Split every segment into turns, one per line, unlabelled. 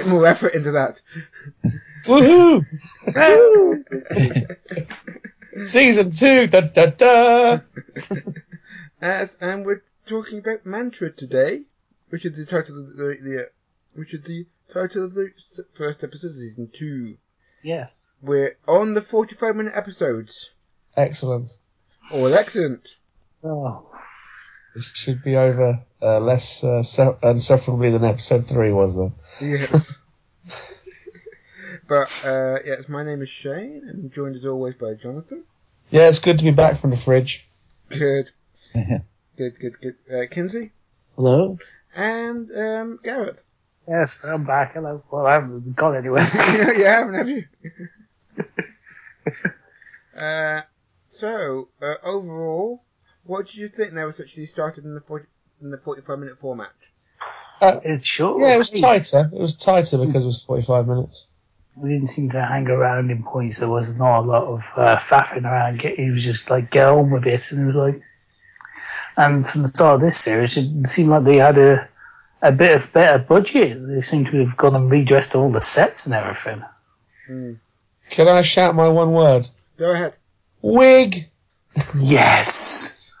Put more effort into that.
Woohoo! Season two. Da da da.
As and we're talking about mantra today, which is the title of the, the uh, which is the title of the s- first episode of season two.
Yes.
We're on the forty-five minute episodes.
Excellent.
All excellent.
Oh.
It should be over uh, less uh, su- unsufferably than episode three was then.
Yes. but uh, yes, my name is Shane, and I'm joined as always by Jonathan.
Yeah, it's good to be back from the fridge.
Good. good. Good. Good. Uh, Kinsey
Hello.
and um, Gareth.
Yes, I'm back. Hello. Well, I haven't gone anywhere.
you haven't, have you? uh, so uh, overall, what did you think? Now it's actually started in the 40, in the forty-five minute format.
it's short.
Yeah, it was
Hey,
tighter. It was tighter because it was 45 minutes.
We didn't seem to hang around in points. There was not a lot of uh, faffing around. Get- It was just like get on with it, and it was like. And from the start of this series, it seemed like they had a a bit of better budget. They seem to have gone and redressed all the sets and everything.
Can I shout my one word?
Go ahead.
Wig.
Yes.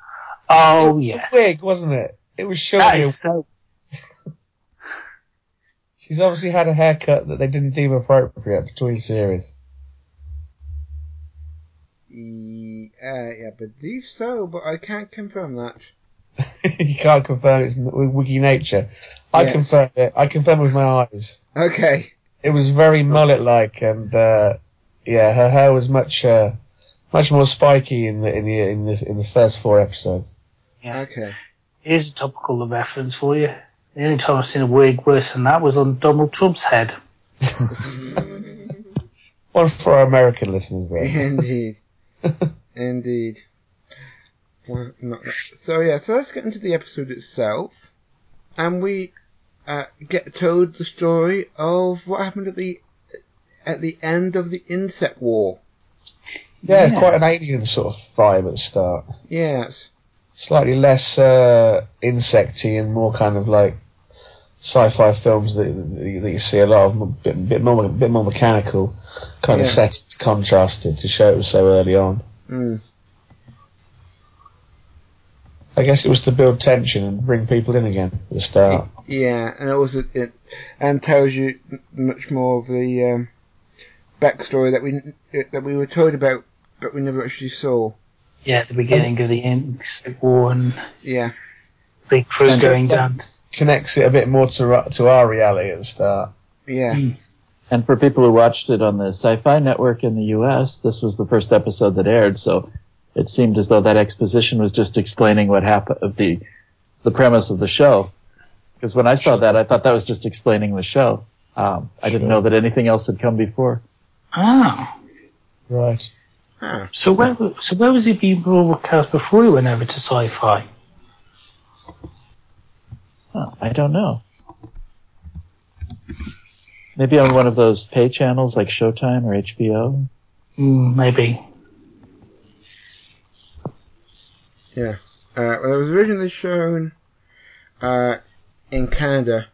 Oh
It's a
yes.
Wig, wasn't it? It was sure.
That is so.
She's obviously had a haircut that they didn't deem appropriate between series.
E- uh, yeah, I believe so, but I can't confirm that.
you can't confirm it's n- wiggy nature. I
Yes.
confirmed it. I confirmed with my eyes.
Okay.
It was very mullet-like, and uh, yeah, her hair was much, uh, much more spiky in the in the in the in the first four episodes.
Okay.
Here's a topical reference for you. The only time I've seen a wig worse than that was on Donald Trump's head.
One for our American listeners, there.
Indeed. Indeed. Well, not that- So yeah, so let's get into the episode itself, and we uh, get told the story of what happened at the at the end of the insect war.
Yeah, it's quite an alien sort of vibe at the start.
Yes.
Slightly less uh, insecty and more kind of like sci-fi films that, that you- that you see a lot of, a bit, bit more bit more mechanical, kind of
Yeah.
set contrasted to show it was so early on.
Mm.
I guess it was to build tension and bring people in again at the start.
Yeah, and also it and tells you m- much more of the um, backstory that we that we were told about, but we never actually saw.
Yeah, at the beginning of the insect war and
Yeah.
big crew
And
going
it's like-
down. to-
Connects it a bit more to ru- to our reality at the start.
Yeah.
And for people who watched it on the Sci-Fi Network in the U.S., this was the first episode that aired, so it seemed as though that exposition was just explaining what happened of the the premise of the show. Because when I saw that, I thought that was just explaining the show. Um, I didn't know that anything else had come before.
Ah,
Right.
Ah.
so where w- so where was he being broadcast before he went over to sci-fi?
Huh, I don't know. Maybe on one of those pay channels like Showtime or HBO.
Mm, maybe.
Uh, well, it was originally shown uh, in Canada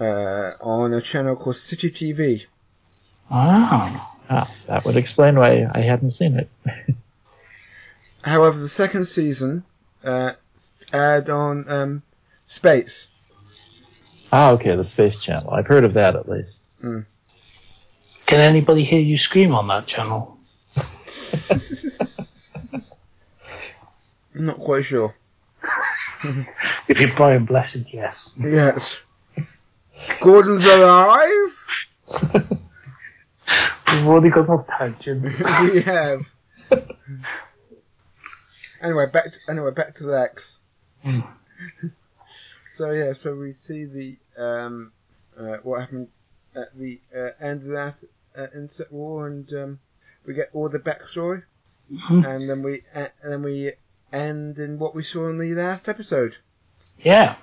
uh, on a channel called City TV.
Ah,
Ah, that would explain why I hadn't seen it.
However, the second season uh, s- aired on um, Space.
Ah, okay, the Space Channel. I've heard of that at least.
can anybody hear you scream on that channel?
I'm not quite sure.
If you're Brian Blessed, yes.
Yes. Gordon's alive?
We've already gone off tangents.
we have. anyway, back to, anyway, back to Lex.
Hmm.
so yeah, so we see the um, uh, what happened at the uh, end of the last uh, insect war, and um, we get all the backstory,
Mhm.
and then we uh, and then we end in what we saw in the last episode.
Yeah.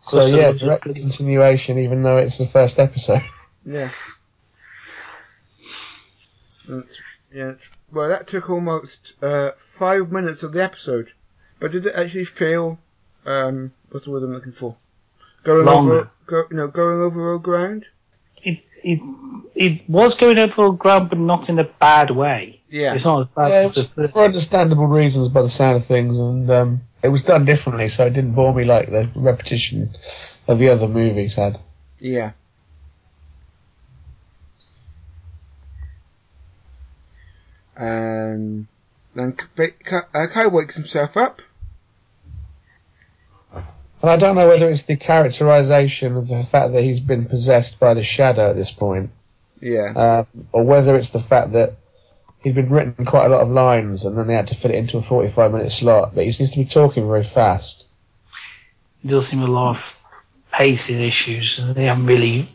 So yeah, direct continuation, even though it's the first episode.
Yeah. And it's- yeah. it's- Well, that took almost uh, five minutes of the episode, but did it actually feel? Um, what's the word I'm looking for? Going
Longer.
over, go, you know, going over old ground.
it it it was going over ground, but not in a bad way.
Yeah.
It's not as bad
Yeah,
as
it was
the first.
for understandable reasons by the sound of things, and um, it was done differently, so it didn't bore me like the repetition of the other movies had.
Yeah. Um, then K- Ka- uh, Kai wakes himself up.
And I don't know whether it's the characterization of the fact that he's been possessed by the shadow at this point,
Yeah.
um, or whether it's the fact that he'd been written quite a lot of lines and then they had to fit it into a 45 minute slot, but he seems to be talking very fast.
It does seem a lot of pacing issues, and they haven't really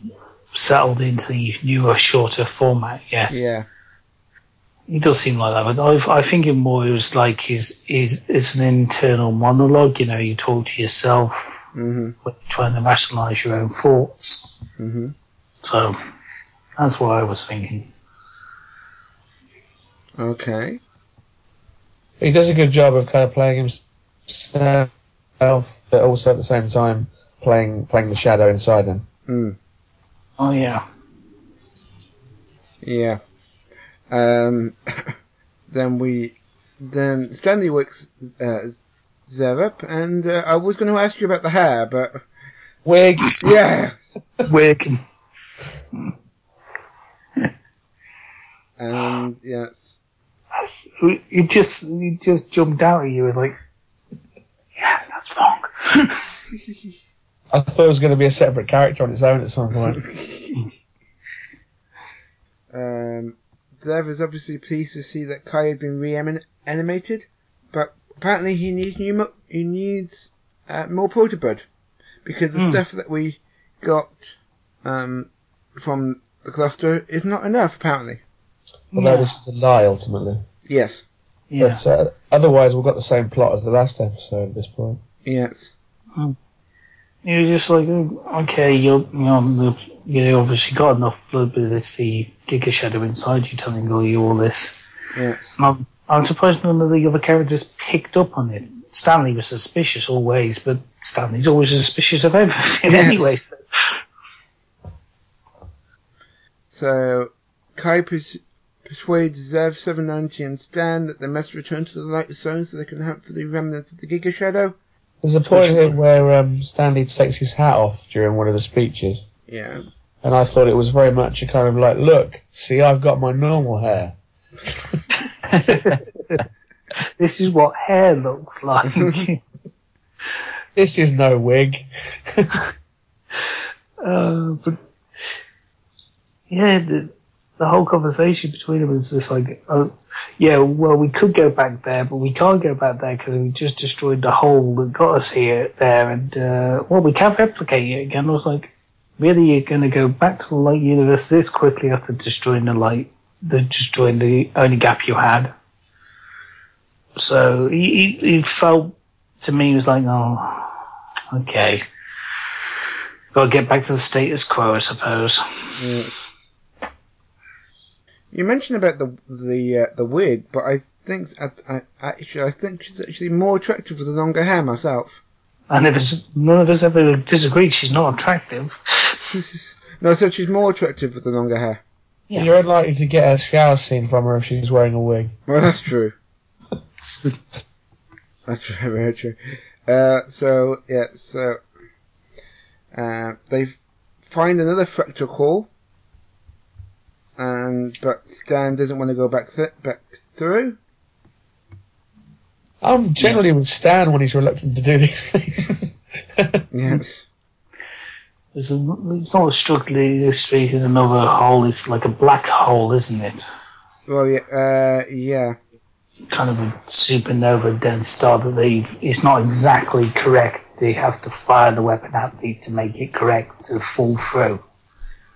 settled into the newer, shorter format yet.
Yeah.
It does seem like that, but I, I think it more is like his, his, it's an internal monologue. You know, you talk to yourself
Mhm.
when you're trying to rationalise your own thoughts.
Mhm.
So that's what I was thinking.
Okay.
But he does a good job of kind of playing himself, but also at the same time playing playing the shadow inside him.
Mm.
Oh yeah,
Yeah. Um. then we. Then Stanley wakes uh, Zev up, and uh, I was going to ask you about the hair, but
Wig!
yeah.
working.
And yes.
That's, it just it just jumped out at you. It's like, yeah, that's wrong.
I thought it was going to be a separate character on its own at some point.
Um, Zev is obviously pleased to see that Kai had been reanimated, but apparently he needs new mo- he needs uh, more protobud because the
Hmm.
stuff that we got um, from the cluster is not enough. Apparently,
Although
Yeah.
this is a lie ultimately.
yes,
yeah.
But uh, otherwise, we've got the same plot as the last episode at this point.
yes,
You're just like, oh, okay, you're, you know, the, you obviously got enough blood, but it's the Giga Shadow inside you telling you all this.
yes,
And I'm, I'm surprised none of the other characters picked up on it. Stanley was suspicious always, but Stanley's always suspicious of everything
Yes.
anyway. So.
So Kai pers- persuades Zev 790 and Stan that they must return to the light zone so they can hunt for the remnants of the Giga Shadow.
There's a point here where um, Stanley takes his hat off during one of the speeches,
Yeah,
and I thought it was very much a kind of like, look, see, I've got my normal hair.
This is what hair looks like.
This is no wig.
Uh, but yeah, the, the whole conversation between them is just like, oh, yeah, well, we could go back there, but we can't go back there because we just destroyed the hole that got us here, there, and uh, well, we can't replicate it again. I was like, really, you're going to go back to the light universe this quickly after destroying the light, the destroying the only gap you had? So he, he, he felt to me it was like, oh, okay. Got to get back to the status quo, I suppose.
You mentioned about the the uh, the wig, but I think I, I, actually I think she's actually more attractive with a longer hair myself.
And if it's, none of us ever disagreed, she's not attractive.
no, I said she's more attractive with the longer hair.
Yeah.
You're unlikely to get a shower scene from her if she's wearing a wig.
Well, that's true. That's very, very true. Uh, so yeah, so uh, they find another fractal core, and but Stan doesn't want to go back th- back through.
I'm generally with Stan when he's reluctant to do these things.
Yes.
It's, a, it's not strictly illustrated another hole, it's like a black hole, isn't it?
Well, yeah, uh, yeah,
Kind of a supernova dense star that they, it's not exactly correct. They have to fire the weapon at me to make it correct to fall through.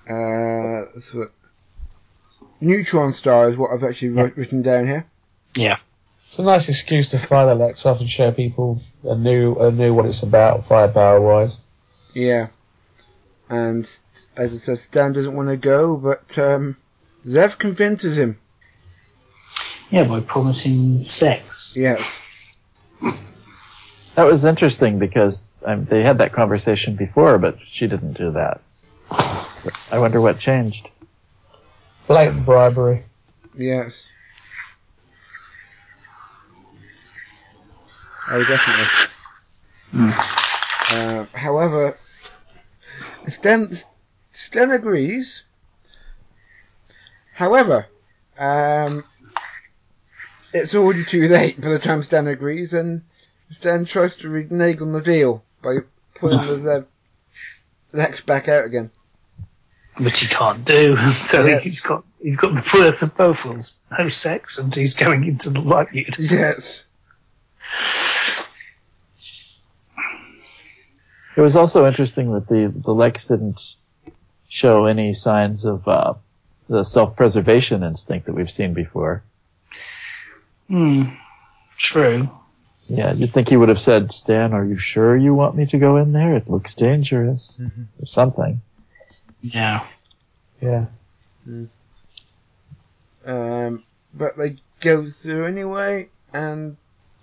Uh, let's look. Neutron star is what I've actually wri- written down here.
it's a nice excuse to fire the lights off and show people a new, a new what it's about, firepower wise.
Yeah. And st- as I said, Stan doesn't want to go, but um, Zev convinces him.
Yeah, by promising sex.
Yes.
That was interesting because um, they had that conversation before, but she didn't do that. So I wonder what changed.
Blatant bribery.
Yes. Oh, definitely. Uh, however, Sten, Sten agrees. However, um, it's already too late by the time Sten agrees, and Sten tries to renege on the deal by pulling the le- Lex back out again.
which he can't do. So
Yes.
he's got he's got the worst of both worlds: no sex, and he's going into the light unit.
Yes.
It was also interesting that the, the Lex didn't show any signs of uh, the self preservation instinct that we've seen before.
Hmm. True.
Yeah, you'd think he would have said, Stan, are you sure you want me to go in there? It looks dangerous. Or something.
Yeah.
Yeah.
Um, but they go through anyway, and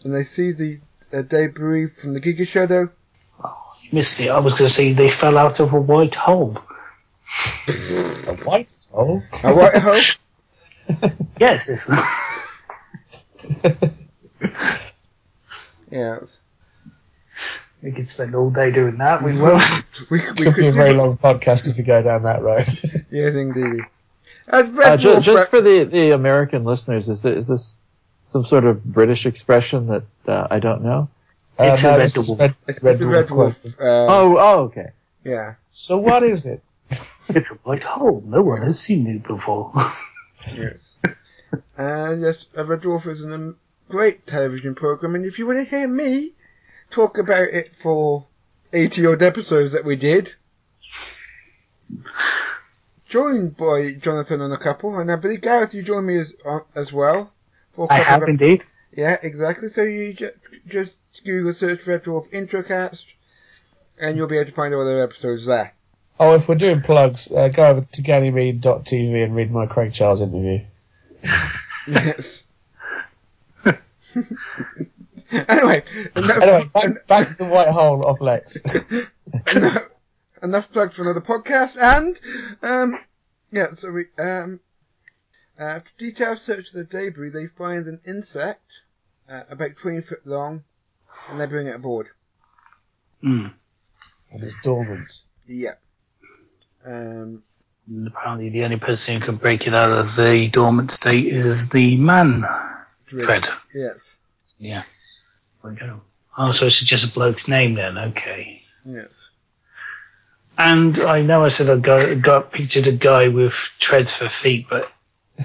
and they see the uh, debris from the Giga Shadow.
Missed it. I was going to say they fell out of a white hole.
White hole.
A white hole.
Yes. It's,
Yes.
we could spend all day doing that. We will.
We, we
Could be a
do
very
it.
long podcast if we go down that road.
Yes, indeed. Uh,
Uh,
Red
ju-
Dwarf,
just
Red-
for the, the American listeners, is, there, is this some sort of British expression that uh, I don't know?
Uh,
It's a
no,
red
it's just
dwarf.
red-
it's,
Red
it's a
Dwarf
Red Dwarf.
quantum.
Uh,
oh, oh, okay.
yeah.
So what is it?
it's a white hole. No one has seen it before.
Yes. uh, yes, a Red Dwarf is a um, great television program, and if you want to hear me talk about it for 80 odd episodes that we did, joined by Jonathan and a couple, and I believe Gareth, you joined me as uh, as well. For a
I
couple
have
of-
indeed.
Yeah, exactly. So you just, just Google search Red Dwarf Introcast, and you'll be able to find all their episodes there.
Oh, if we're doing plugs, uh, go over to Ganymede.tv and read my Craig Charles interview.
Yes. anyway, enough,
Anyway, back,
en-
back to the white hole of Lex.
enough, enough plug for another podcast. And um, yeah, so we um, uh, after detailed search of the debris, they find an insect uh, about twenty foot long, and they bring it aboard.
Hmm.
and it's dormant.
Yeah. Um,
And apparently, the only person who can break it out of the dormant state is the man,
drill.
Fred.
Yes.
Yeah. Oh, so it's just a bloke's name then. Okay.
Yes.
And I know I said I got, got pictured a guy with treads for feet, but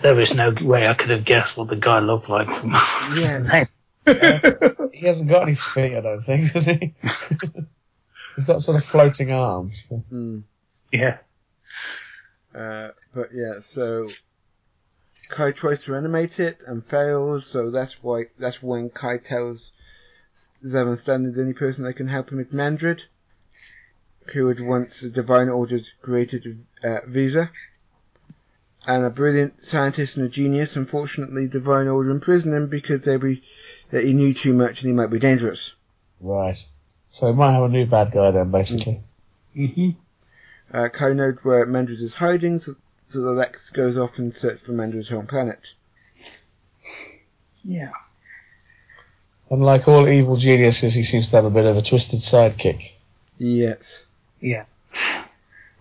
there is no way I could have guessed what the guy looked like.
Yes.
He hasn't got any feet, I don't think, does he? He's got sort of floating arms.
Mm.
yeah.
Uh, but yeah, so Kai tries to animate it and fails, so that's why that's when Kai tells Zevon Standard the only person that can help him is Mandred, who had once the Divine Order's created uh, Visa, and a brilliant scientist and a genius. Unfortunately, Divine Order imprisoned him because they be that he knew too much and he might be dangerous.
Right. So we might have a new bad guy then, basically.
hmm
Uh, Kai knows where Mandred is hiding, so, so the Lex goes off in search for Mandred's home planet.
Yeah.
And like all evil geniuses, he seems to have a bit of a twisted sidekick.
Yes.
Well,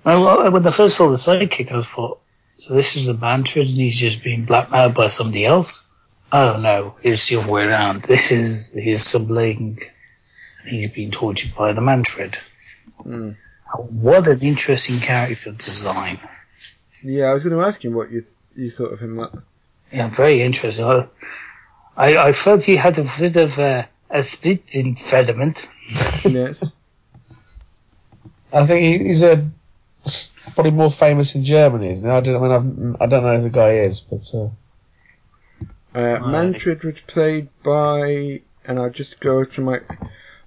well, when I first saw the sidekick, I thought, so this is the Mantrid and he's just being blackmailed by somebody else? Oh no, it's the other way around. This is his sibling. He's been tortured by the Mantrid.
Hmm.
What an interesting character design.
Yeah, I was going to ask you what you you thought of him. Like.
Yeah, very interesting. I, I, I felt he had a bit of a, a split impediment.
Yes.
I think he, he's a s- probably more famous in Germany, isn't he? I don't, I mean, I've, I don't know who the guy is, but uh,
Uh, Mantrid was played by, and I'll just go to my,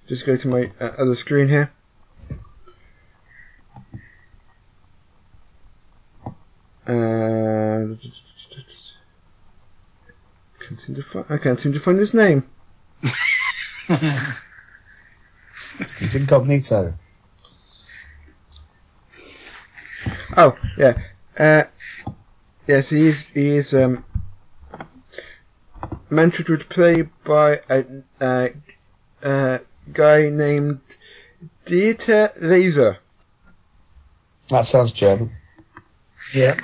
just go to my uh, other screen here. Uh, can't seem to find, I can't seem to find his name.
he's incognito.
Oh yeah, uh, yes, he is. He is um, mentored was played by a, a, a guy named Dieter Laser.
That sounds German.
Yeah.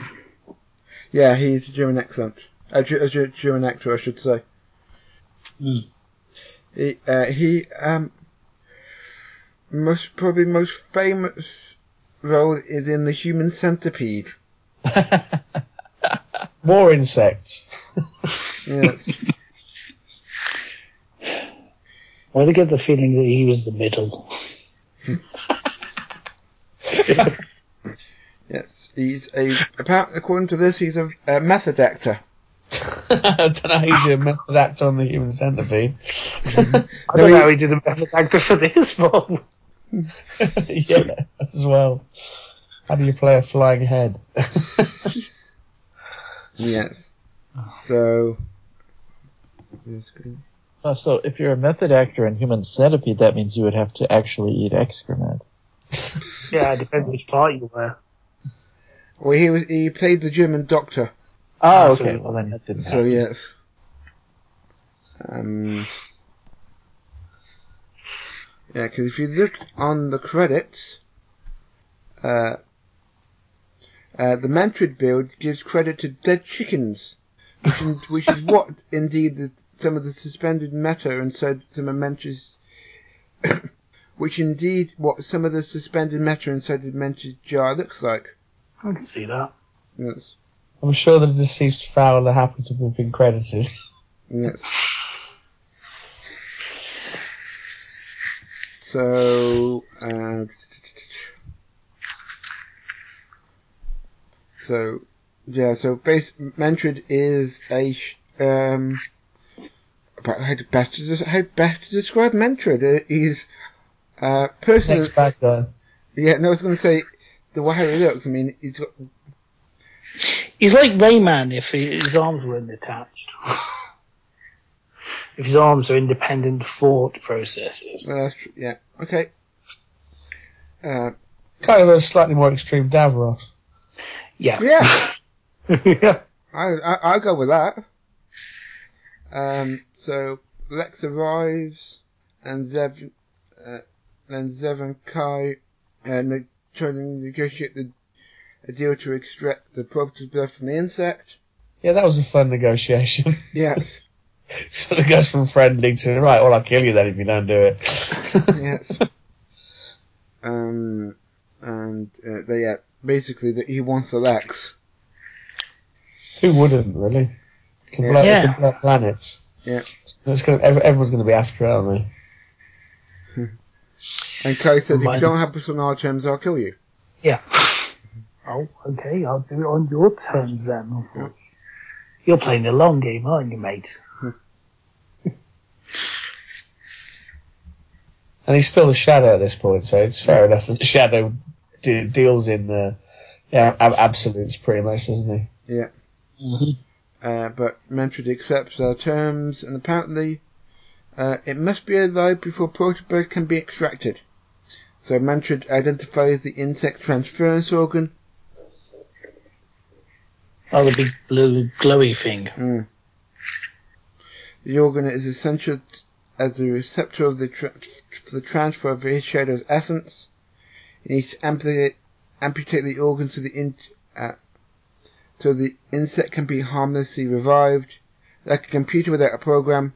Yeah, he's a German accent. A, Ge- a Ge- German actor, I should say.
Hmm.
He, uh, he um, most probably most famous role is in the Human Centipede.
More insects.
Yes,
I really get the feeling that he was the middle.
yes. He's a apparently according to this, he's a, a method actor.
I don't know who's your method actor on the human centipede.
I
No,
don't
he-
know how he did a method actor for this one.
yeah, as well. How do you play a flying head?
Yes. So. Yes, good.
Oh, so if you're a method actor in Human Centipede, that means you would have to actually eat excrement.
Yeah, it depends which part you were.
Well, he was, he played the German doctor.
Oh,
Absolutely.
okay. Well, then that didn't
So
happen.
yes. Um. Yeah, because if you look on the credits, uh, uh, the Mantrid build gives credit to Dead Chickens, which, in, which is what indeed the, some of the suspended matter inside the Mantrid's, which indeed what some of the suspended matter inside the Mantrid jar looks like.
I can see that.
Yes.
I'm sure the deceased Fowler happened to have been credited.
Yes. So, uh, so yeah. So, base Mantrid is a sh- um. about How to best to des- how best to describe Mantrid? Uh, He's uh person.
Next bad guy.
Yeah, no, I was going to say the way how he looks. I mean, he's got
He's like Rayman if he, his arms weren't attached. if his arms are independent thought processes.
well, that's tr- uh, yeah. Okay. Uh,
Kind of a slightly more extreme Davros.
Yeah.
yeah.
yeah.
I, I I'll go with that. Um, so Lex arrives, and Zev, uh, and Zev and Kai, and they try to negotiate the a deal to extract the property blood from the insect.
Yeah, that was a fun negotiation.
Yes,
sort of goes from friendly to, right, well, I'll kill you then if you don't do it.
yes. um, and uh, they yeah, basically that he wants the Lex.
Who wouldn't, really? Can
Yeah.
blow,
Yeah.
can blow planets.
Yeah.
It's gonna, ev- everyone's going to be after it, aren't they?
And Kai says, "If you
Combined.
don't help us on our terms, I'll kill you."
Yeah. Oh, okay, I'll do it on your terms then.
Yeah.
You're playing the long game, aren't you, mate?
And he's still the shadow at this point, so it's fair enough that the shadow de- deals in the yeah, ab- absolutes pretty much, doesn't he?
uh, but Mantrid accepts their terms, and apparently uh, it must be alive before Protobird can be extracted. So Mantrid identifies the insect transference organ.
Oh, the big blue glowy thing.
Mm. The organ is essential t- as the receptor of the tra- for the transfer of his shadow's essence. He needs to amputate, amputate the organ so the in- uh, so the insect can be harmlessly revived, like a computer without a program.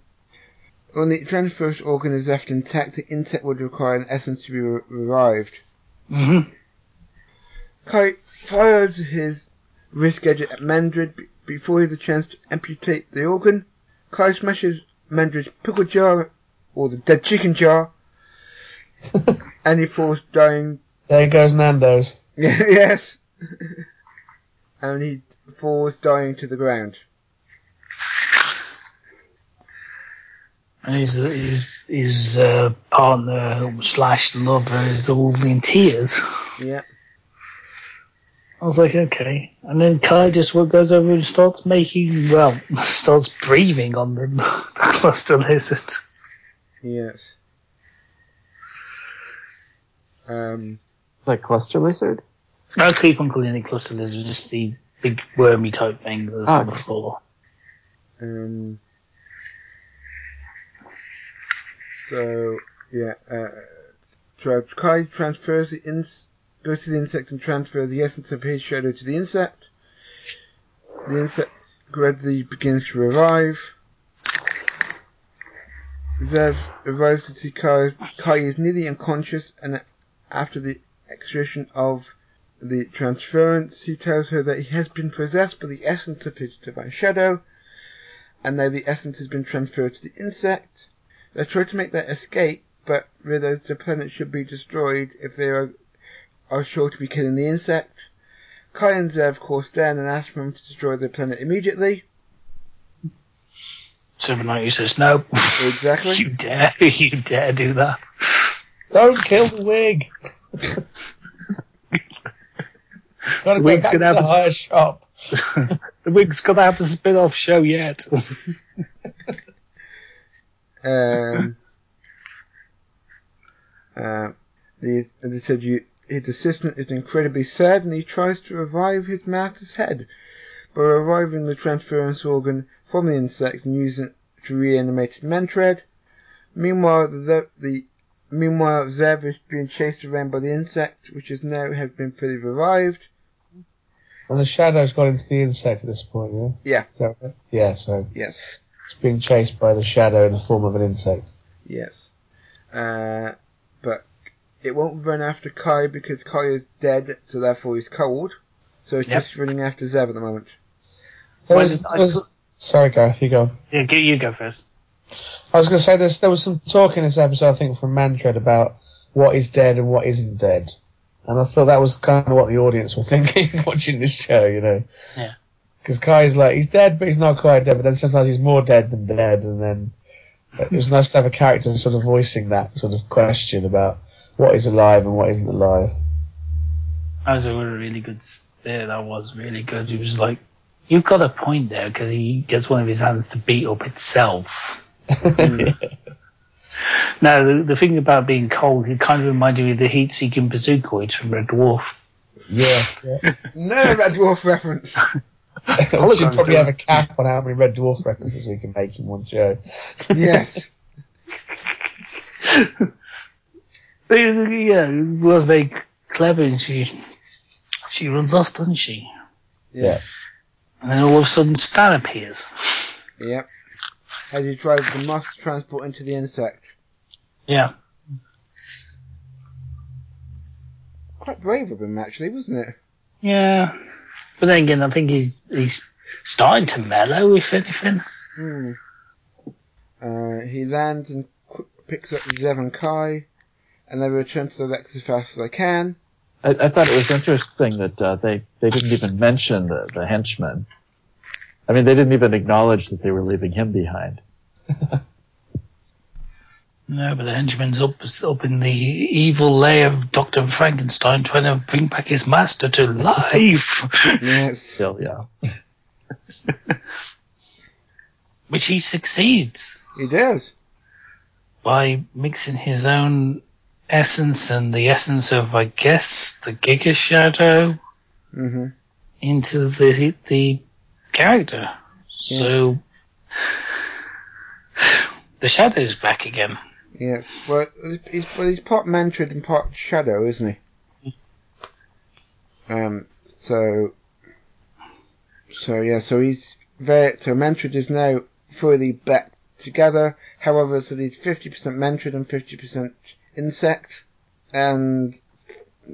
When the transferred organ is left intact, the insect would require an essence to be re- revived.
Mm-hmm.
Kai fires his wrist gadget at Mandrid b- before he has a chance to amputate the organ. Kai smashes Mandrid's pickle jar, or the dead chicken jar, and he falls dying.
There goes Nando's.
yes! and he falls dying to the ground.
And his, his, his uh, partner slash lover is all in tears.
Yeah.
I was like, okay. And then Kai just what goes over and starts making, well, starts breathing on them. the cluster lizard.
Yes. Um,
Like cluster lizard?
I keep on calling it cluster lizards, just the big wormy type thing that's
Ah.
on the floor.
Um, so yeah, uh, tra- Kai transfers the ins- goes to the insect and transfers the essence of his shadow to the insect. The insect gradually begins to revive. Zev arrives to see Kai is, Kai is nearly unconscious, and after the extraction of the transference, he tells her that he has been possessed by the essence of his divine shadow, and now the essence has been transferred to the insect. They try to make their escape, but realize the planet should be destroyed if they are, are sure to be killing the insect. Kai and Zev course down and ask them to destroy the planet immediately.
Super Nighty says, "No,
Exactly.
you dare, you dare do that."
Don't kill the wig. Gotta go
Wig's
back to
gonna have
the
a-
higher shop.
The wig's gonna have a spin-off show yet.
Um, uh, the, as I said, you, his assistant is incredibly sad and he tries to revive his master's head by reviving the transference organ from the insect and using it to reanimate his mentread. Meanwhile, the, the meanwhile Zev is being chased around by the insect, which is now has been fully revived.
And the shadow's gone into the insect at this point,
Yeah.
yeah? Is that right? Yeah, so
Yes,
it's being chased by the shadow in the form of an insect.
yes. Uh, but it won't run after Kai because Kai is dead, so therefore he's cold. So it's
Yep.
just running after Zev at the moment.
There
When
was,
I-
there was- sorry, Gareth, you go. on.
yeah, get you go first.
I was going to say this. There was some talk in this episode, I think, from Mantred about what is dead and what isn't dead, and I thought that was kind of what the audience were thinking watching this show, you know.
Yeah.
Because Kai's like he's dead, but he's not quite dead. But then sometimes he's more dead than dead, and then it was nice to have a character sort of voicing that sort of question about what is alive and what isn't alive.
That was a really good. s- Yeah, that was really good. He was like, "You've got a point there," because he gets one of his hands to beat up itself. Mm. Now, the, the thing about being cold, it kind of reminded me of the heat-seeking bazookoids from Red Dwarf.
yeah. yeah.
No Red Dwarf reference.
we should probably have a cap on how many Red Dwarf references we can make in one show.
Yes.
But, yeah, it was very clever, and she she runs off, doesn't she?
Yeah.
And then all of a sudden, Stan appears.
Yep. As he drives the mass transport into the insect.
Yeah,
Quite brave of him, actually, wasn't it?
yeah. But then again, I think he's he's starting to mellow, if anything.
Hmm. Uh, he lands and qu- picks up Zev and Kai, and they return to the Rex as fast as they can.
I, I thought it was interesting that uh, they they didn't even mention the, the henchman. I mean, they didn't even acknowledge that they were leaving him behind.
No, but the henchman's up up in the evil lair of Doctor Frankenstein, trying to bring back his master to life,
Yes.
Still, yeah.
which he succeeds.
He does.
by mixing his own essence and the essence of, I guess, the Giga Shadow
hmm
into the the character. So the Shadow's back again.
Yes. Well, he's, well, he's part Mantrid and part Shadow, isn't he? Um. So. So yeah. So he's very. So Mantrid is now fully back together. However, so he's fifty percent Mantrid and fifty percent insect, and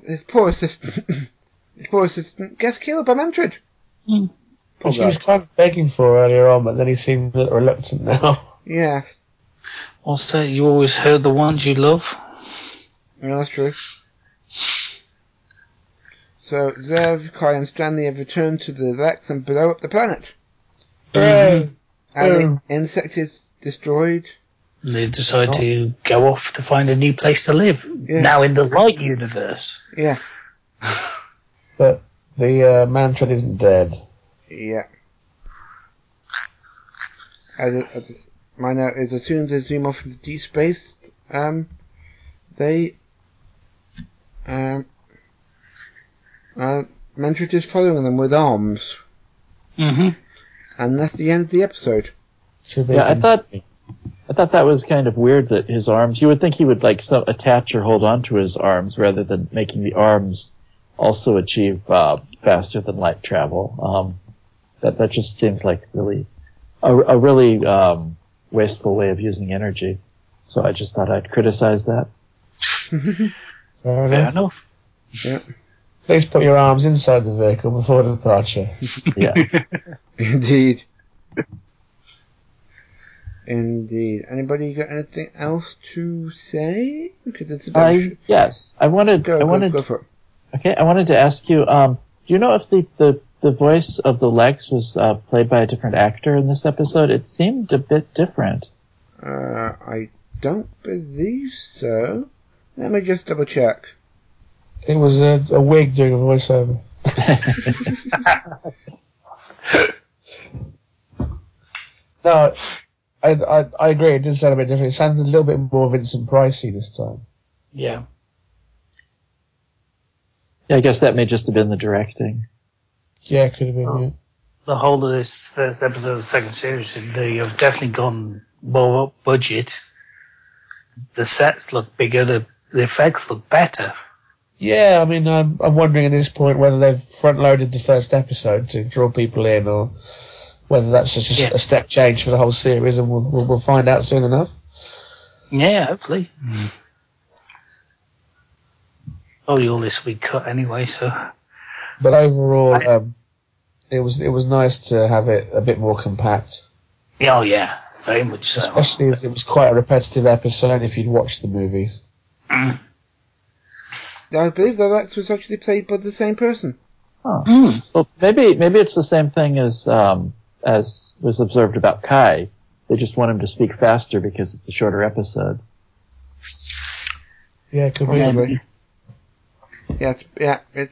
his poor assistant. his poor assistant gets killed by Mantrid.
Hmm.
Poor
Which he
guy.
was kind of begging for earlier on, but then he seemed a little reluctant now.
Yeah.
Also, you always heard the ones you love.
Yeah, that's true. So Zev, Kai, and Stanley have returned to the Vex and blow up the planet. And the insect is destroyed.
They decide to go off to find a new place to live.
Yeah.
Now in the light universe.
Yeah.
But the uh, Mantred isn't dead.
Yeah. As, it- as it's- my note is, as soon as they zoom off into deep space, um, they, um, Uh, Mantrit is following them with arms,
hmm
and that's the end of the episode.
Should be
Yeah, I
against-
thought I thought that was kind of weird that his arms. You would think he would like so, attach or hold on to his arms rather than making the arms also achieve uh, faster than light travel. Um, that that just seems like really a, a really um, wasteful way of using energy. So I just thought I'd criticize that.
Fair
Fair
enough.
enough.
Please put your arms inside the vehicle before departure.
Yeah,
Indeed. Indeed. Anybody got anything else to say? Because it's about.
I yes, I wanted
go,
I
go,
wanted
go for it.
Okay, I wanted to ask you, um, do you know if the, the, the voice of the Lex was uh, played by a different actor in this episode? It seemed a bit different.
Uh, I don't believe so. Let me just double check.
It was a, a wig doing a voiceover. no, I, I, I agree. It did sound a bit different. It sounded a little bit more Vincent Pricey this time.
Yeah.
Yeah, I guess that may just have been the directing.
Yeah, could have been.
Oh.
Yeah.
The whole of this first episode of the second series, they have definitely gone more up budget. The sets look bigger, the, the effects look better.
Yeah, I mean, I'm, I'm wondering at this point whether they've front loaded the first episode to draw people in, or whether that's just a,
Yeah.
a step change for the whole series, and we'll, we'll, we'll find out soon enough.
Yeah, hopefully. Oh, you're this week cut anyway, so
But overall,
I-
um, it was it was nice to have it a bit more compact.
yeah, oh yeah, very much so.
Especially as it was quite a repetitive episode if you'd watched the movies.
I believe the Lex was actually played by the same person.
Huh. Well, maybe maybe it's the same thing as um, as was observed about Kai. They just want him to speak faster because it's a shorter episode.
Yeah, could be.
Possibly. Yeah, it's, yeah, it,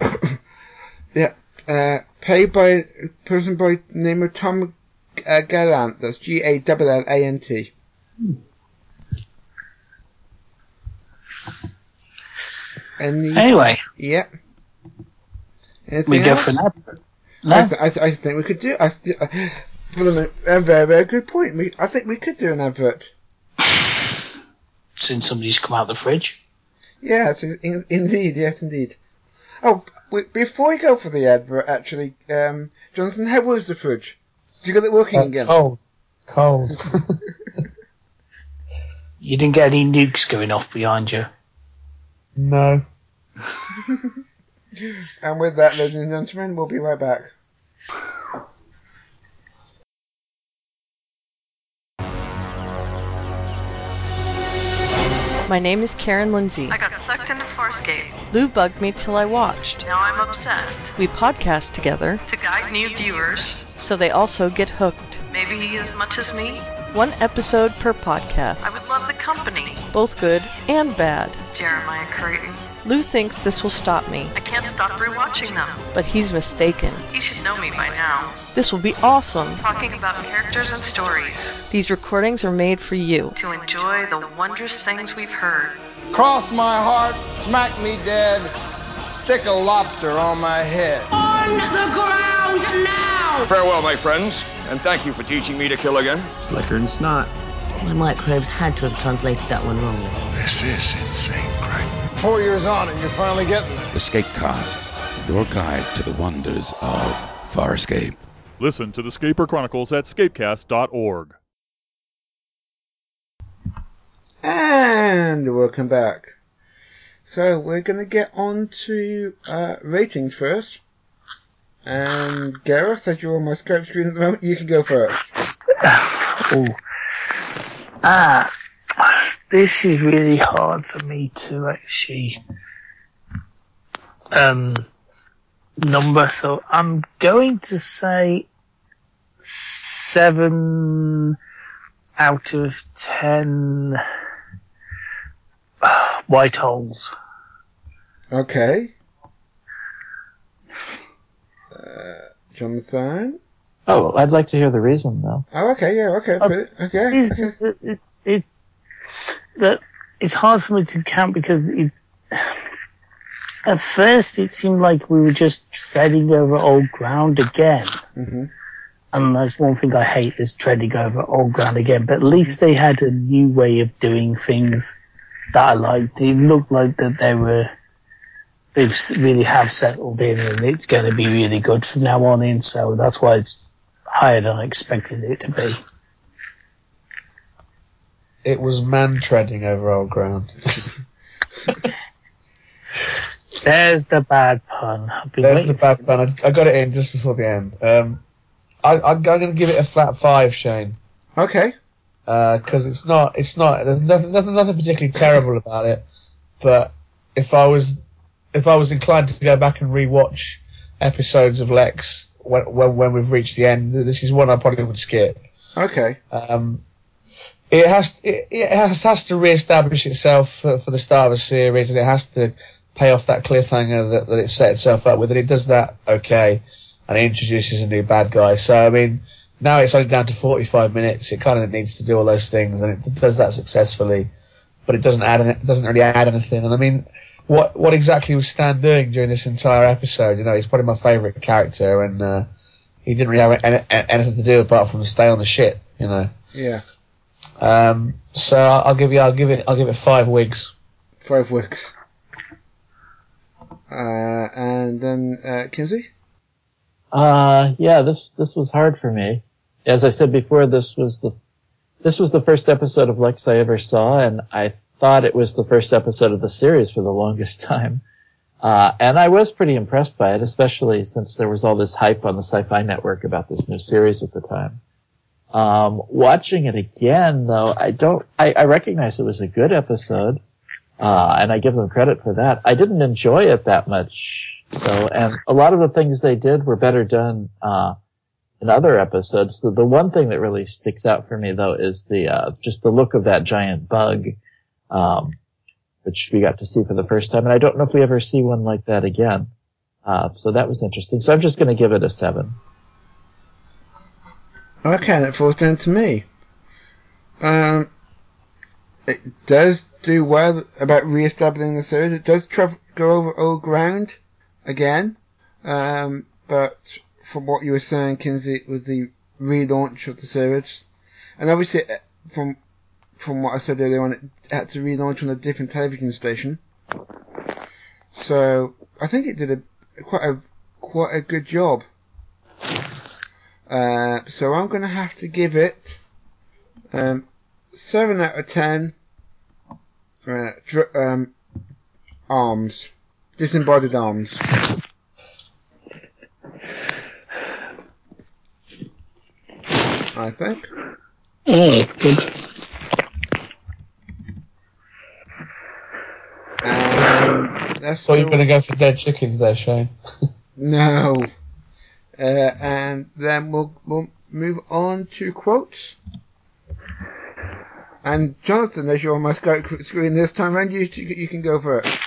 yeah. Uh, played by a person by the name of Tom uh, Gallant. That's G A L L A N T.
Hmm.
And the,
Anyway,
yeah. Anything
we go
else?
for an episode.
I,
No,
th- I, th- I think we could do. I th- I- for the moment, a very, very good point. We, I think we could do an advert.
since somebody's come out the fridge.
Yes, in, indeed, yes, indeed. Oh, we, before we go for the advert, actually, um, Jonathan, how was the fridge? Did you get it working
Uh,
again?
cold. Cold.
You didn't get any nukes going off behind you.
no.
And with that, ladies and gentlemen, we'll be right back.
My name is Karen Lindsay.
I got sucked into Farscape.
Lou bugged me till I watched.
Now I'm obsessed.
We podcast together,
To guide new viewers,
so they also get hooked.
maybe as much as me,
One episode per
I
podcast,
would love the company.
both good and bad.
Jeremiah Creighton.
Lou thinks this will stop me,
I can't stop rewatching them.
but he's mistaken.
He should know me by now.
This will be awesome.
Talking about characters and stories
These recordings are made for you.
to enjoy the wondrous things we've heard.
Cross my heart, smack me dead, stick a lobster on my head.
On the ground now!
Farewell, my friends, and thank you for teaching me to kill again.
Slicker and snot.
My microbes had to have translated that one wrongly.
This is insane, right?
Four years on, and you're finally getting it.
Escape Cost, your guide to the wonders of Farscape.
Listen to the Scaper Chronicles at scapecast.org.
And welcome back. So we're going to get on to uh, ratings first. And Gareth, as you're on my Skype screen at the moment, you can go first.
Ah, this is really hard for me to actually um, number. So I'm going to say seven out of ten ah, white holes.
Okay. Uh, Jonathan.
Oh, I'd like to hear the reason though.
Oh, okay, yeah, okay, brilliant, okay,
It's,
okay.
it- it- it's that it's hard for me to count because it's At first, it seemed like we were just treading over old ground again.
Mm-hmm.
And that's one thing I hate is treading over old ground again. But at least they had a new way of doing things that I liked. It looked like that they were they have really have settled in, and it's going to be really good from now on in. So that's why it's higher than I expected it to be.
It was man treading over old ground.
There's the bad pun. I've been
There's
waiting
the bad pun. I, I got it in just before the end. Um, I, I, I'm going to give it a flat five, Shane.
Okay.
Because Uh, it's not, it's not. There's nothing, nothing, nothing particularly terrible about it. But if I was, if I was inclined to go back and rewatch episodes of Lex when when, when we've reached the end, this is one I probably would skip.
Okay.
Um, it has it, it has, has to re-establish itself for, for the start of a series, and it has to pay off that cliffhanger that, that it set itself up with, and it does that okay, and it introduces a new bad guy. So I mean, now it's only down to forty-five minutes. It kind of needs to do all those things, and it does that successfully, but it doesn't add any- it doesn't really add anything. And I mean, what what exactly was Stan doing during this entire episode? You know, he's probably my favourite character, and uh, he didn't really have any, anything to do apart from stay on the shit. You know.
Yeah.
Um, so I'll I'll give you, I'll give it, I'll give it five wigs.
Five wigs. Uh, and then uh, Kinsey.
Uh, yeah, this, this was hard for me. As I said before, this was the, this was the first episode of Lex I ever saw, and I thought it was the first episode of the series for the longest time. Uh, and I was pretty impressed by it, especially since there was all this hype on the Sci-Fi Network about this new series at the time. Um, watching it again, though, I don't, I, I recognize it was a good episode, uh, and I give them credit for that. I didn't enjoy it that much, so, and a lot of the things they did were better done, uh, in other episodes. The, the one thing that really sticks out for me though is the, uh, just the look of that giant bug, um, which we got to see for the first time. And I don't know if we ever see one like that again. Uh, so that was interesting. So I'm just going to give it a seven.
Okay, that falls down to me. Um, it does do well about re-establishing the series. It does tra- go over old ground again. Um, but from what you were saying, Kinsey, it was the relaunch of the series, and obviously uh, from from what I said earlier on, it had to relaunch on a different television station. So I think it did a quite a quite a good job. Uh, so I'm going to have to give it um, seven out of ten. Uh, dr- um, arms, disembodied arms. I think.
Oh, good.
Um, that's
Thought you
the-
were going to go for dead chickens there, Shane.
No. Uh, and then we'll, we'll move on to quotes. And Jonathan, as you're on my Skype screen this time round, you, you can go for it.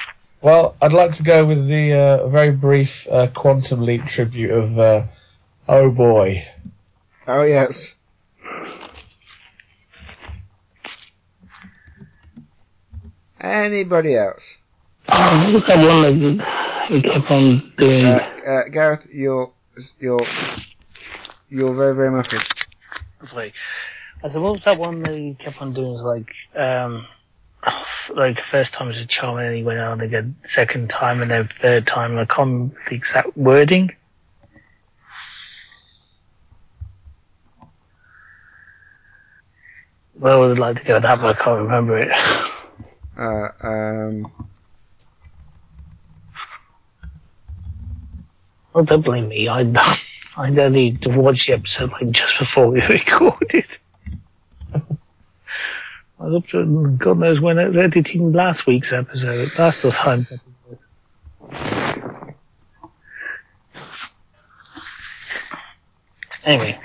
Well, I'd like to go with the uh, very brief uh, Quantum Leap tribute of uh, Oh Boy.
Oh, yes. Anybody else?
Oh, look at one of them. It kept on doing.
Uh, Gareth, you're, you're, you're very, very muffled.
Sorry. I said, what was that one that he kept on doing? It was like, um, f- like first time was a charm, and then he went on again second time, and then third time. I can't remember the exact wording. Well, I would like to go with that, but I can't remember it.
Uh, um,
Well, don't blame me. I I don't need to watch the episode like just before we recorded. I was up to God knows when I was editing last week's episode. That's the time. Anyway,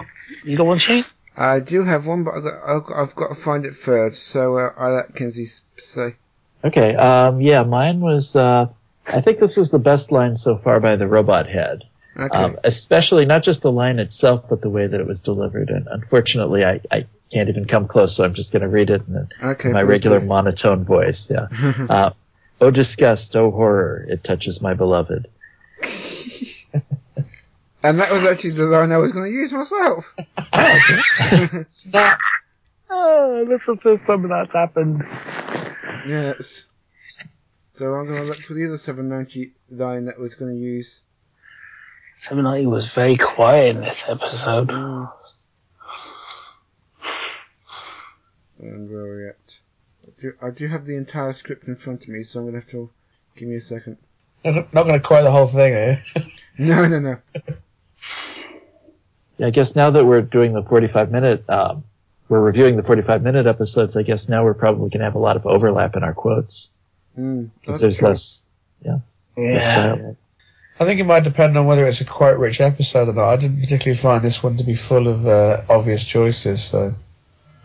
you got one, Shane?
I do have one, but I've got, I've got, I've got to find it first, so uh, I let Kinsey s- say.
Okay. Um, yeah, mine was, uh, I think this was the best line so far by the robot head.
Okay.
Um, especially not just the line itself, but the way that it was delivered. And unfortunately, I, I can't even come close, so I'm just going to read it in
Okay,
my
please
regular
do.
monotone voice. Yeah. uh, Oh disgust, oh horror, it touches my beloved.
And that was actually the line I was going to use myself.
it's not. Oh, that's the first time that's happened.
Yes. So I'm going to look for the other 790 line that I was going to use.
790 was very quiet in this episode.
Mm. And where are we at? I do, I do have the entire script in front of me, so I'm going to have to give me a second.
Not going to quote the whole thing, are you?
No, no, no.
Yeah, I guess now that we're doing the 45 minute, um, we're reviewing the 45 minute episodes, I guess now we're probably going to have a lot of overlap in our quotes.
Mm,
Because there's less, yeah. less dialogue.
I think it might depend on whether it's a quote rich episode or not. I didn't particularly find this one to be full of uh, obvious choices, so.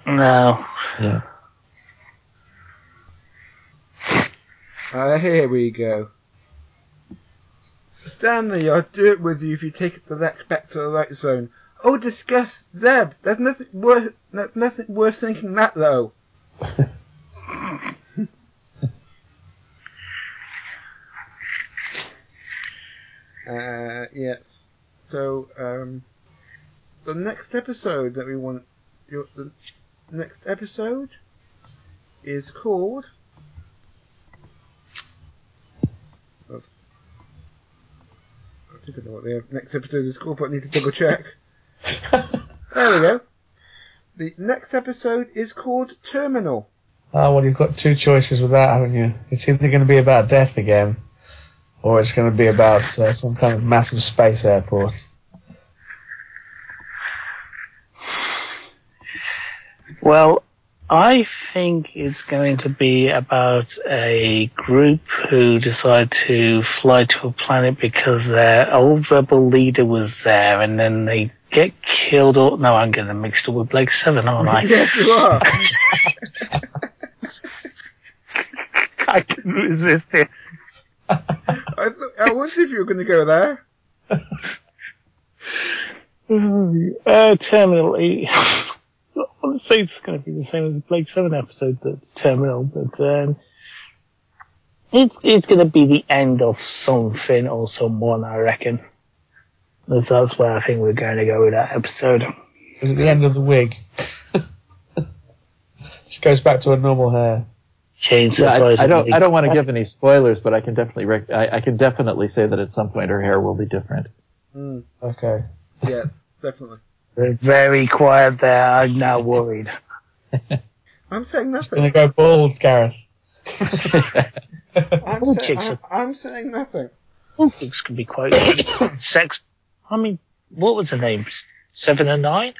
No.
Yeah.
Uh, here we go. Stanley, I'll do it with you if you take the left back to the right zone. Oh, disgust, Zeb. There's nothing worse. There's nothing worse thinking that though. uh, yes. So, um, the next episode that we want, your, the next episode is called. I think I know what the next episode is called, but I need to double check. there we go. The next episode is called Terminal.
Oh, well, you've got two choices with that, haven't you? It's either going to be about death again, or it's going to be about uh, some kind of massive space airport.
Well, I think it's going to be about a group who decide to fly to a planet because their old rebel leader was there, and then they get killed. Or no, I'm going to mix it with Blake Seven, aren't I?
yes, you are.
I couldn't resist it.
I, th- I wondered if you were going to go there.
Uh, Terminal E. I want to say it's going to be the same as the Blake Seven episode that's Terminal, but um, it's it's going to be the end of something or someone, I reckon. That's, that's where I think we're going to go with that episode.
Is it the end of the wig? Just goes back to a normal hair.
Change
Yeah, I, I don't. I don't want to give any spoilers, but I can definitely. Rec- I, I can definitely say that at some point her hair will be different.
Mm,
Okay.
yes, definitely.
They're very quiet there. I'm now worried.
I'm saying
Gonna
nothing.
go bald, Gareth.
I'm,
All
say-
chicks
I'm,
are-
I'm saying nothing.
all chicks can be quite sex. I mean, what was her name? Seven and nine.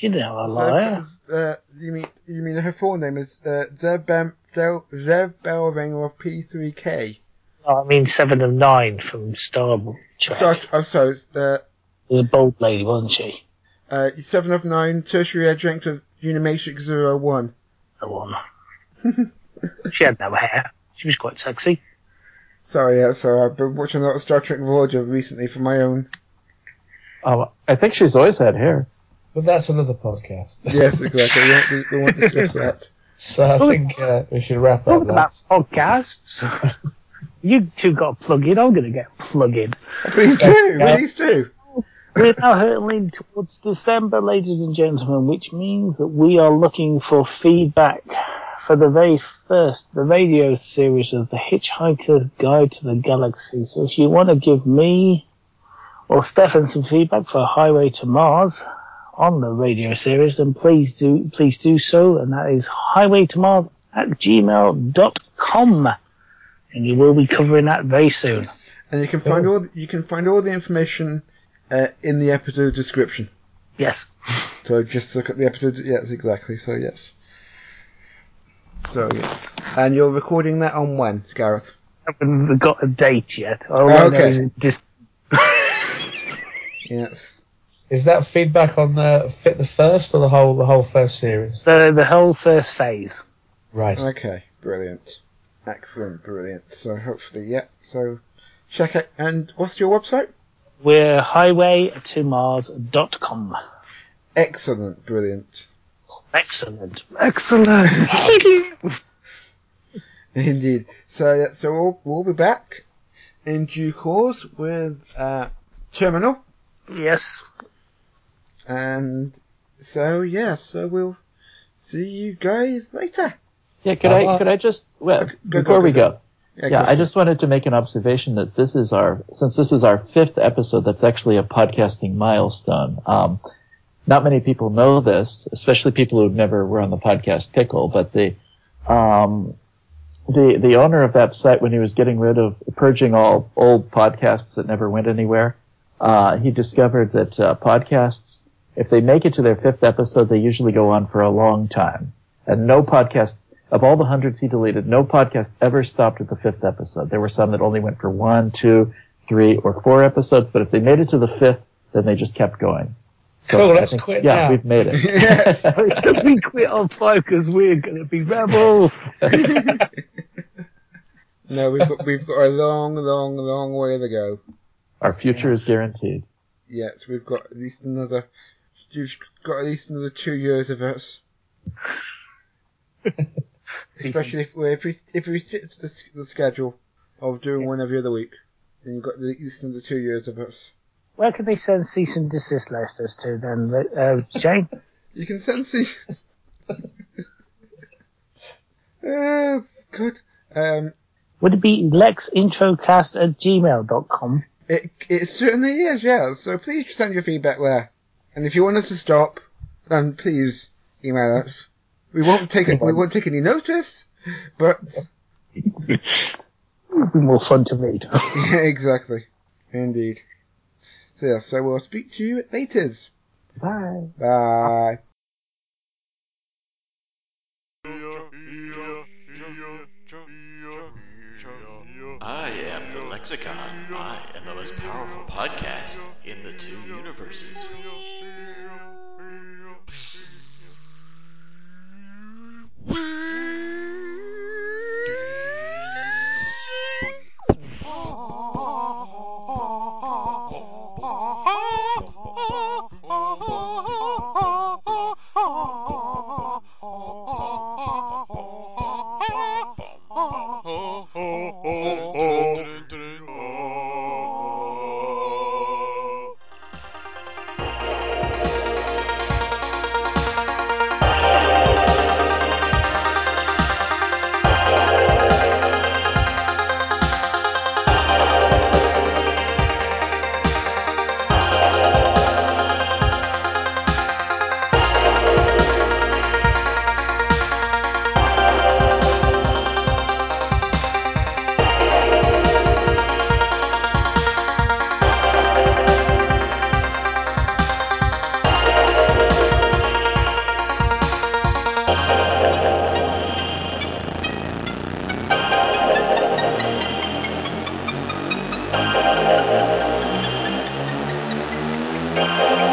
You know, a liar.
So, uh, you mean you mean her full name is uh, Zeb Bam- Del- Zeb Bellringer of P3K.
I mean, seven of nine from Star Trek.
Sorry, I'm sorry. It's the
The bold lady, wasn't she?
uh, seven of nine tertiary adjunct of Unimatrix Zero One.
The one. she had no hair. She was quite sexy.
Sorry, yeah, so I've been watching a lot of Star Trek Voyager recently for my own.
Um, I think she's always had hair.
But that's another podcast.
Yes, exactly. we, won't, we, we won't discuss that.
So I think uh, we should wrap up
Talking about
that.
podcasts. you two got a plug in. I'm going to get a plug in.
Please do,
Yeah.
please do.
We're now hurtling towards December, ladies and gentlemen, which means that we are looking for feedback for the very first, the radio series of The Hitchhiker's Guide to the Galaxy. So if you want to give me or Stefan some feedback for Highway to Mars on the radio series, then please do, please do so. And that is highway to mars at gmail.com. And you will be covering that very soon.
And you can find all you can find all the information uh, in the episode description.
Yes.
So just look at the episode. Yes, exactly. So yes. So yes. And you're recording that on when, Gareth?
haven't got a date yet. All
Oh,
I know
okay.
is it just
Yes.
Is that feedback on the fit the first or the whole the whole first series?
the, the whole first phase.
Right.
Okay, brilliant. Excellent, brilliant. So hopefully, yeah. So check out. And what's your website?
We're highway to mars.com.
Excellent, brilliant.
Excellent. Excellent. Thank you.
Indeed. So, yeah, so we'll, we'll be back in due course with uh, Terminal.
Yes.
And so, yeah, so we'll see you guys later.
Yeah, could I could I just well
Uh, go,
before
go,
we
go.
go?
Yeah,
Yeah,
go
I just wanted to make an observation that this is our since this is our fifth episode. That's actually a podcasting milestone. Um, not many people know this, especially people who never were on the podcast pickle. But the um, the the owner of that site, when he was getting rid of purging all old podcasts that never went anywhere, uh, he discovered that uh, podcasts, if they make it to their fifth episode, they usually go on for a long time. And no podcast, of all the hundreds he deleted, no podcast ever stopped at the fifth episode. There were some that only went for one, two, three, or four episodes, but if they made it to the fifth, then they just kept going.
Cool,
I
let's quit
Yeah,
now.
we've made it.
we quit on five because we're going to be rebels.
No, we've got, we've got a long, long, long way to go.
Our future is guaranteed.
Yes, we've got at least another. You've got at least another two years of us. Especially if, we if we if we stick to the, s- the schedule of doing one every other week, then you've got at least another two years of us.
Where can they send cease and desist letters to then, uh, Jane?
You can send these. yes, Ah, good. Um,
Would it be lexiintrocast at gmail.com?
It it certainly is, yeah. So please send your feedback there, and if you want us to stop, then please email us. We won't take it. We won't take any notice, but
It'd be more fun to read.
yeah, exactly, indeed. So yeah, so we'll speak to you at later.
Bye.
Bye.
I am the Lexicon. I am the most powerful podcast in the two universes.
Thank you.